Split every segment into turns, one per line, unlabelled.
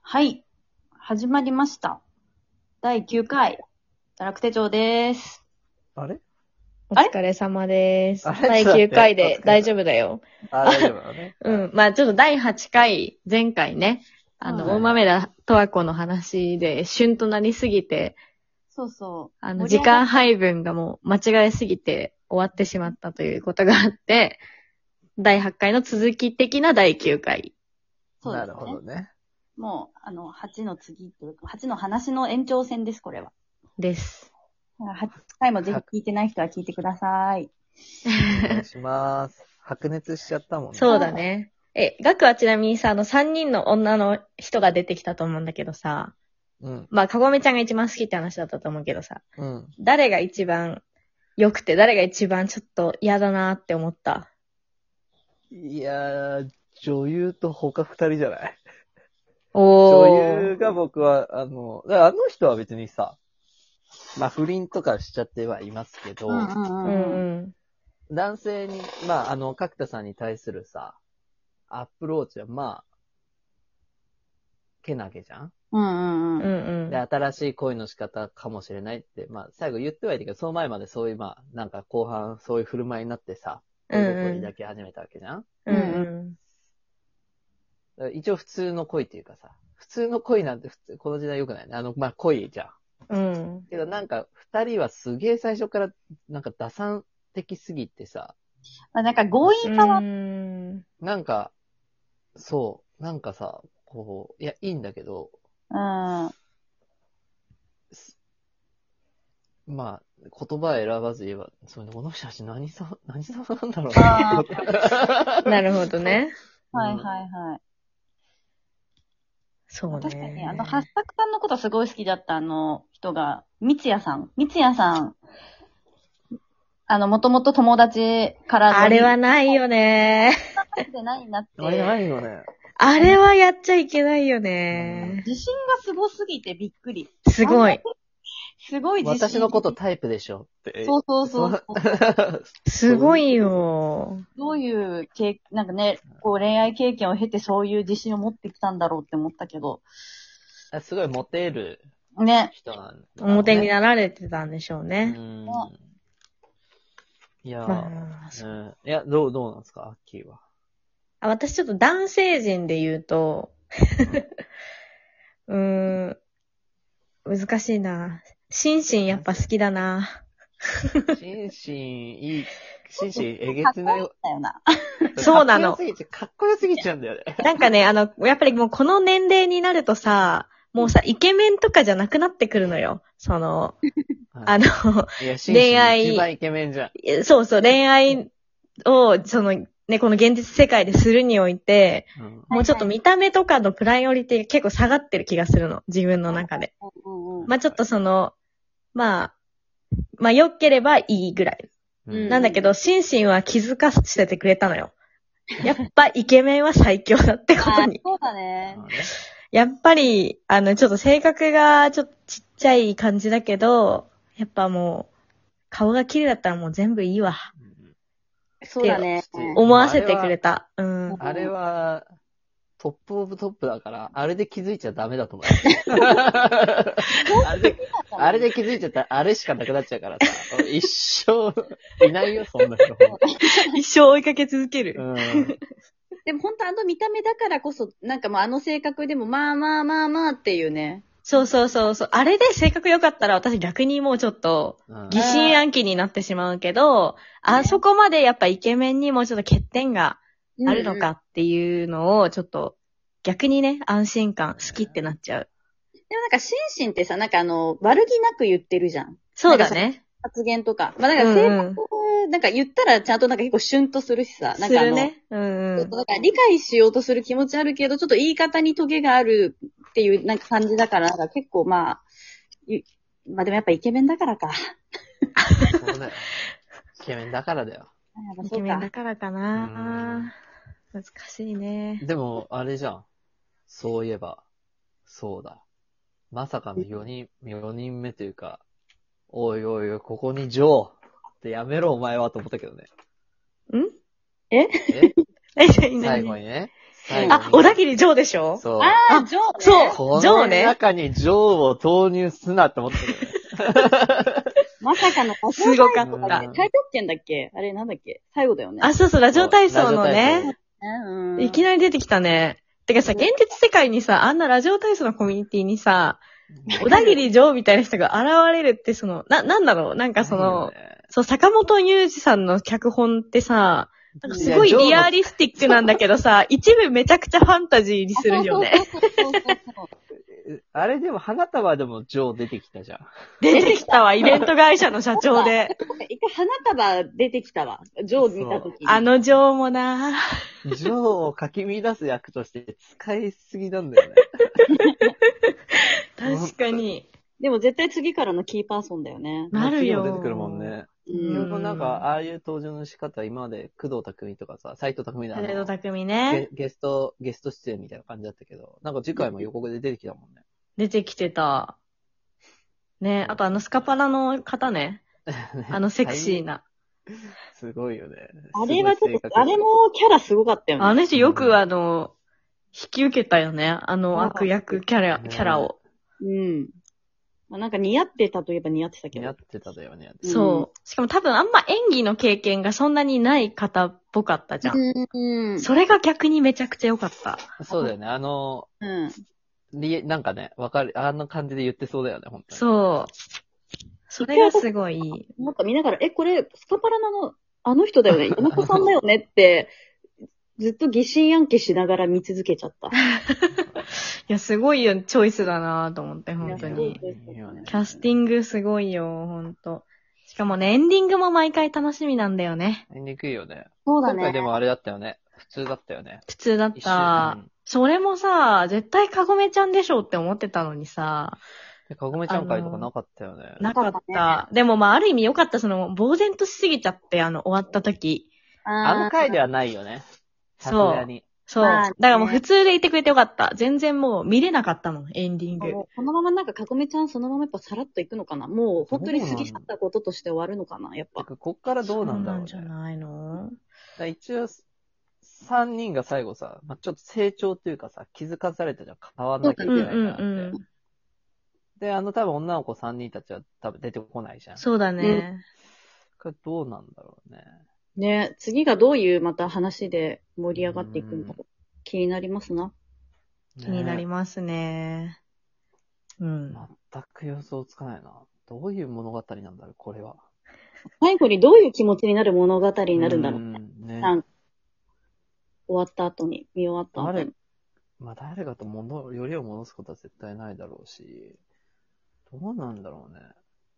はい。始まりました。第9回、堕落手帳です。
あれ
お疲れ様です。
あれ
第
ちょっと待っ
9
てお
回
疲れ
で
様
大丈夫だよ。。
あ、大丈夫なのね
うん。まあちょっと第8回、前回ね、
は
あ
い
の、大豆田とわ子の話で、旬となりすぎて、
そうそう。
あの、
盛
時
り上が
間配分がもう間違えすぎて終わってしまったということがあって、第8回の続き的な第9回。
そうです
な
ね
るほどね。
もう、あの、8の次というか、8の話の延長戦です、これは。
です。
8回もぜひ聞いてない人は聞いてください。
お願いします。白熱しちゃったもんね。
そうだ。ね。え、ガクはちなみにさ、あの、3人の女の人が出てきたと思うんだけどさ、
うん。
まあ、かごめちゃんが一番好きって話だったと思うけどさ、
うん。
誰が一番良くて、誰が一番ちょっと嫌だなって思った。
いやー、女優と他二人じゃない
お
女優が僕は、あの、だからあの人は別にさ、まあ不倫とかしちゃってはいますけど、
うんうん
う
うん。
ん
男性に、まああの、角田さんに対するさ、アプローチはまあ、けなげじゃん
うんうん
うん。う
うん。
ん
で、新しい恋の仕方かもしれないって、まあ、最後言ってはいたけど、その前までそういう、まあ、なんか後半、そういう振る舞いになってさ、
うんうん
恋だけ始めたわけじゃん、
うん。うん
だから一応普通の恋っていうかさ、普通の恋なんて普通、この時代良くないね。あの、まあ、恋じゃん。
うん。
けどなんか、二人はすげえ最初から、なんか打算的すぎてさ、
まあなんか強引さは、
うん
なんか、そう、なんかさ、こう、いや、いいんだけど、
うん。
まあ、言葉選ばず言えば、そうこの人たち何さ、何さなんだろう
あ
な。
なるほどね。
はいはいはい。
そうね。
確かに、あの、八作さんのことすごい好きだったあの人が、三ツ矢さん。三ツ矢さん、あの、もともと友達からの
あれはないよね。
なんでないなって。
あれないよね。
あれはやっちゃいけないよね。
自信がすごすぎてびっくり。
すごい。
すごい自信。
私のことタイプでしょって。
そうそうそう。
すごいよ。
どういう経、なんかね、こう恋愛経験を経てそういう自信を持ってきたんだろうって思ったけど、
あ すごいモテる
ね。
人なんだ、ね。
表になられてたんでしょう
う
ね。
ん。いやー、
まあ、そう
うん、いや、どう、どうなんですかアッキーは。
あ私ちょっと男性陣で言うと、 うーん、難しいな。シンシンやっぱ好きだな。
心身いい、心身えげつない。
だよな。
そうなの
かっこよすぎちゃかっこよすぎちゃうんだよね。
なんかね、あの、やっぱりもうこの年齢になるとさ、もうさ、イケメンとかじゃなくなってくるのよ。その、あの、
いや、心身
恋愛
一番イケメンじゃん。
そうそう、恋愛を、その、ね、この現実世界でするにおいて、
うん
もうちょっと見た目とかのプライオリティが結構下がってる気がするの。自分の中で。
うんうんうん。
まあちょっとその、まあ、まあ良ければいいぐらい。
うん
なんだけど、シンシンは気づかせてくれたのよ。やっぱイケメンは最強だってこ
あ
と
ー
に。
そうだね。
やっぱり、あの、ちょっと性格がちょっとちっちゃい感じだけど、やっぱもう、顔が綺麗だったらもう全部いいわ。
そうだね。
思わせてくれた。うん。
あれは、トップオブトップだから、あれで気づいちゃダメだと思う。あれであれで気づいちゃったら、あれしかなくなっちゃうからさ、 一生、いないよ、そんな人。
一生追いかけ続け
う
る。
ん。
でも本当あの見た目だからこそ、なんかもうあの性格でもまあまあまあまあっていうね。
そうそうそうそう。あれで性格良かったら私逆にもうちょっと、
うん
疑心暗鬼になってしまうけど、
ね
あそこまでやっぱイケメンにもちょっと欠点があるのか。っていうのを、ちょっと逆にね、安心感、好きってなっちゃう。
でもなんか、シンシンってさ、なんかあの、悪気なく言ってるじゃん。
そうだね。
発言とか。まあなんか性格、なんか言ったらちゃんとなんか結構シュンとするしさ。な
す
んかあの、
るね。うん
ち
う
ょっ
ん
と。なんか理解しようとする気持ちあるけど、ちょっと言い方にトゲがあるっていうなんか感じだから、なんか結構まあ、いまあでもやっぱイケメンだからか。
そうだよイケメンだからだよ。
やっぱ
イ
そ
ケ
う
メン
か
だ。からかな。難しいね。
でも、あれじゃん。そういえば、そうだ。まさかの4人、四人目というか、おいおいおい、ここにジョーってやめろ、お前は、と思ったけどね。
ん
え
え
え、何
最後にね、最後に
あ、小田切ジョーでしょ
そう。
ああ、
あ
ジョー、ね。
そ
こ
う、ジョー
の
ね。
中にジョーを投入すなって思ったけどね。
まさかの、
すごか
う
っ
ん
た。
最得点だっけあれなんだっけ最後だよね。
あ、そうそう、 ラジオ体操のね、
うん
いきなり出てきたね。てかさ、現実世界にさ、あんなラジオ体操のコミュニティにさ、小田切ジョーみたいな人が現れるって、その、な、なんだろうなんかその、、そう、坂本雄二さんの脚本ってさ、なんかすごいリアリスティックなんだけどさ、一部めちゃくちゃファンタジーにするよね。
そうそうそうそうそう
あれでも花束でもジョー出てきたじゃん。
出てきたわ、イベント会社の社長で。
そう。一回花束出てきたわ。ジョー見たときに。
あのジョーもな
ジョーをかき乱す役として使いすぎなんだよね。
確かに。
でも絶対次からのキーパーソンだよね。
なる
も
よ
ちろん出てくるもんね。
う
で
ん。
もなんか、ああいう登場の仕方、今まで工藤匠とかさ、斎藤匠だ
タレド匠ね
ゲ。ゲスト、ゲスト出演みたいな感じだったけど、なんか次回も予告で出てきたもんね。
出てきてた。ねあとあのスカパラの方ね。 あのセクシーな。
すごいよね。
あれはちょっ
すごい性格
と、あれもキャラすごかったよね。
あの人よ
うん
くあの、引き受けたよね。あの悪役キャラ、
ね
キャラを。
うん。まあ、なんか似合ってたといえば似合ってたけ
似合
ど
っ。てただよね。
うん
そう。しかも多分あんま演技の経験がそんなにない方っぽかったじゃん。
うん。
それが逆にめちゃくちゃ良かった。
そうだよね。あの、
うん。
りなんかね、わかる、あの感じで言ってそうだよね、本当に。
そう。それがすごいいい。
なんか見ながら、え、これ、スカパラナの、あの人だよね、山子さんだよねって、ずっと疑心暗鬼しながら見続けちゃった。
いや、すごいよ、チョイスだなと思って、本当
いや
に
す。ごいですよね
キャスティングすごいよ、ほんと。しかもね、エンディングも毎回楽しみなんだよね。
言いにくいよね。
そうだ
今回で
ね。
もあれだったよね。普通だったよね。
普通だっ
一
た。
瞬。
それもさ、絶対カゴメちゃんでしょって思ってたのにさ、
でかごめちゃん会とかなかったよね。
なかっ
なか
た。でもまあ、ある意味良かった、その、呆然としすぎちゃって、あの、終わった時。
あの回で
は。
はないよね。さす
そう
がに。
そう。
まあ
だ
ね
からもう普通でいてくれてよかった。全然もう見れなかったもん、エンディング。
もうこのままなんか、かこめちゃんそのままやっぱさらっといくのかなもう本当に過ぎ去ったこととして終わるのかなやってぱ。
か、こっからどうなんだろうね。
そうなんじゃない
だ
の
から一応、3人が最後さ、まあ、ちょっと成長というかさ、気づかされたじゃん。変わんなきゃいけ
うん
な
う
いからって。
んうん。
で、あの多分女の子3人たちは多分出てこないじゃん。
そうだね。
これどうなんだろうね。
ね、次がどういうまた話で盛り上がっていくのか気になりますな。
気になり
ま
ますね。うん。
全く予想つかないな。どういう物語なんだろう、これは。
最後にどういう気持ちになる物語になるんだろう。
うんね。
なんか終わった後に、見終わった後
誰
に。、
まあ誰かともの、よりを戻すことは絶対ないだろうし、どうなんだろうね。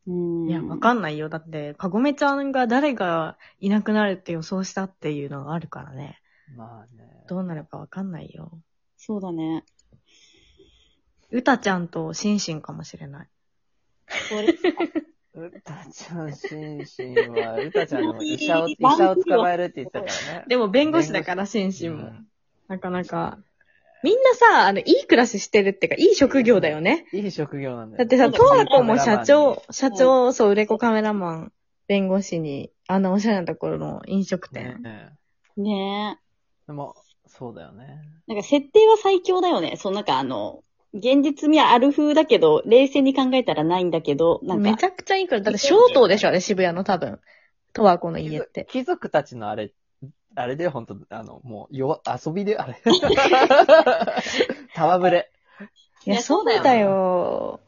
うん
いや、わかんないよ。だって、かごめちゃんが誰がいなくなるって予想したっていうのがあるからね。
まあね。
どうなるかわかんないよ。
そうだね。
うたちゃんとシンシンかもしれない。
これ
うたちゃん、シンシンは、うたちゃんの医者 を、医者を捕まえるって言ってたからね。
でも、弁護士だから、シンシン
う
も
ん。
なかなか。みんなさ、あの、いい暮らししてるってか、いい職業だよね。
いい職業なんだよ。
だってさ、
そう
と
だ
う
ね
こも社長、社
に
長、そう、売れ子カメラマン、弁護士に、あんなおしゃれなところの飲食
ね
店。
ね
でも、そうだよね。
え。なんか設定は最強だよね。そうなんかあの、現実味はある風だけど、冷静に考えたらないんだけど、なん
め
か
ち、ゃくちゃいいから、だって、小東でしょ、あれ、渋谷の多分。とわこの家って。
貴族たちのあれ、あれで本当あの、もう、弱、遊びで、あ れ。戯れ。
い
いや
や、
そ
そうう
だよ
だよ。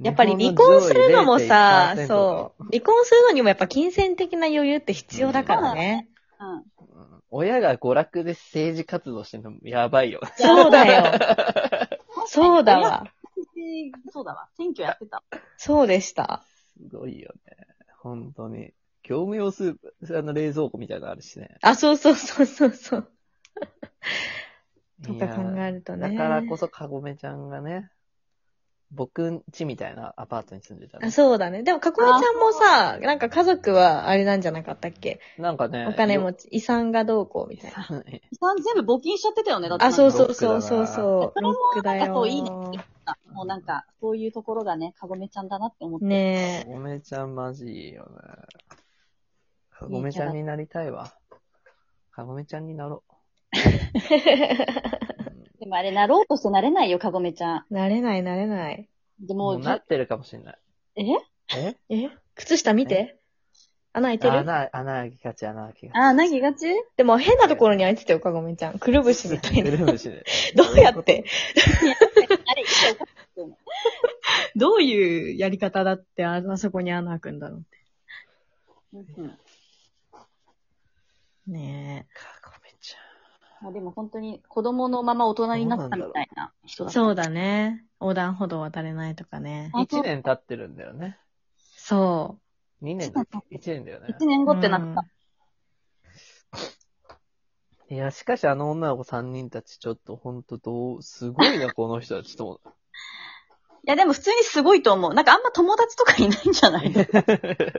やっぱり離婚するのもさ、そう。離婚するのにもやっぱ金銭的な余裕って必要だからね。
うん、
う。親が娯楽で政治活動してるのもやばいよ。
そうだよ。そうだ わ。
そうだわ。選挙やってた。
そうでした。
すごいよね。本当に。業務用スープ、あの冷蔵庫みたいなのあるしね。
あ、そうそうそうそうそう。と
い
か
やー
考えるとね。
だからこそ、かごめちゃんがね、僕ん家みたいなアパートに住んでたの
あそうだね。でも、かこえちゃんもさ、なんか家族はあれなんじゃなかったっけ
なんかね、
お金持ち、遺産がどうこうみたいな。
全部募金しちゃってたよね、だってなん
あ、
か。
そうそうそうそうそう。
ロ
ロックだ
なんか
よ
そういいね。もうなんか、そういうところがね、かごめちゃんだなって思って。
か
ねえ。
ごめちゃんマジいいよね。かごめちゃんになりたいわ。かごめちゃんになろ
でもあれ、なろうとしてなれないよ、かごめちゃん。
なれない、なれない。
でも
もう
う、
なってるかもしれない。
え
え
え靴下見て。穴開いてる
穴、穴開きがち、穴開きがち。
あ、なぎがち
でも変なところに開いてたよ、かごめちゃん。くるぶしみたい
く
な。
るぶしで。
どうやって
あれ、一応
どういうやり方だって、あんなそこに穴開くんだろうって。
うん
ね
かごめち
まあでも本当に子供のまま大人になったみたいな人
え。
だった。
そうだね。横断歩道渡れないとかね
ゃ。ん。1年経ってるんだよね。
そ
2年だっけ ?1 年だよね。
一年
う。
後ってなった。
いや、しかしあの女の子3人たち、ちょっとほんとどう、すごいな、この人たちと思う。
いやでも普通にすごいと思う。なんかあんま友達とかいないんじゃない
う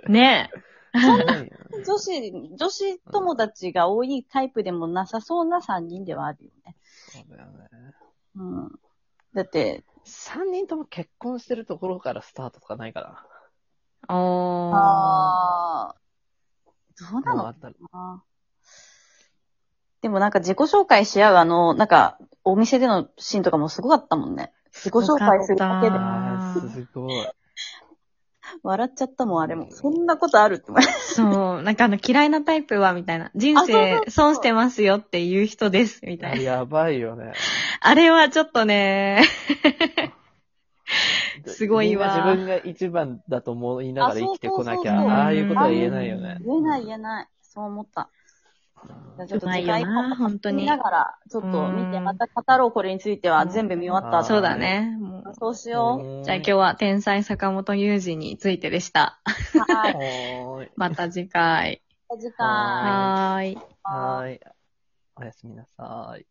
んねえ。
すごいよね
女子、女子友達が多いタイプでもなさそうな3人ではあるよね。
そうだよね。
うん。だって、
3人とも結婚してるところからスタートとかないか
おー。
あーどうな
な。もうあ
の
ったら
なでもなんか自己紹介し合うあの、なんかお店でのシーンとかもすごかったもんね。自己紹介するだけで
よかっ
あーすごい。
笑っちゃったもん、あれも。そんなことあるって思い
そう。なんかあの、嫌いなタイプは、みたいな。人
あ
生
そうそうそう
損してますよっていう人です、みたいな。
やばいよね。
あれはちょっとね、すごいわ
みんな自分が一番だと思いながら生きてこ
あ
なき
そうそうそうそう
ゃ、ああいうことは言えないよね。
言えない言えない。そう思った。じゃあちょっと
うまい
次
よ
回
な、本当
見
に
な。がら、ちょっと見て、また語ろう、これについては。
うん
全部見終わった
あ
後。
そうだね。もう
そうしよ
う
じゃあ今日は天才坂本雄二についてでした。
う。はい。
はーい。
また次回。
次回。
はーい。
はーい。おやすみなさーい。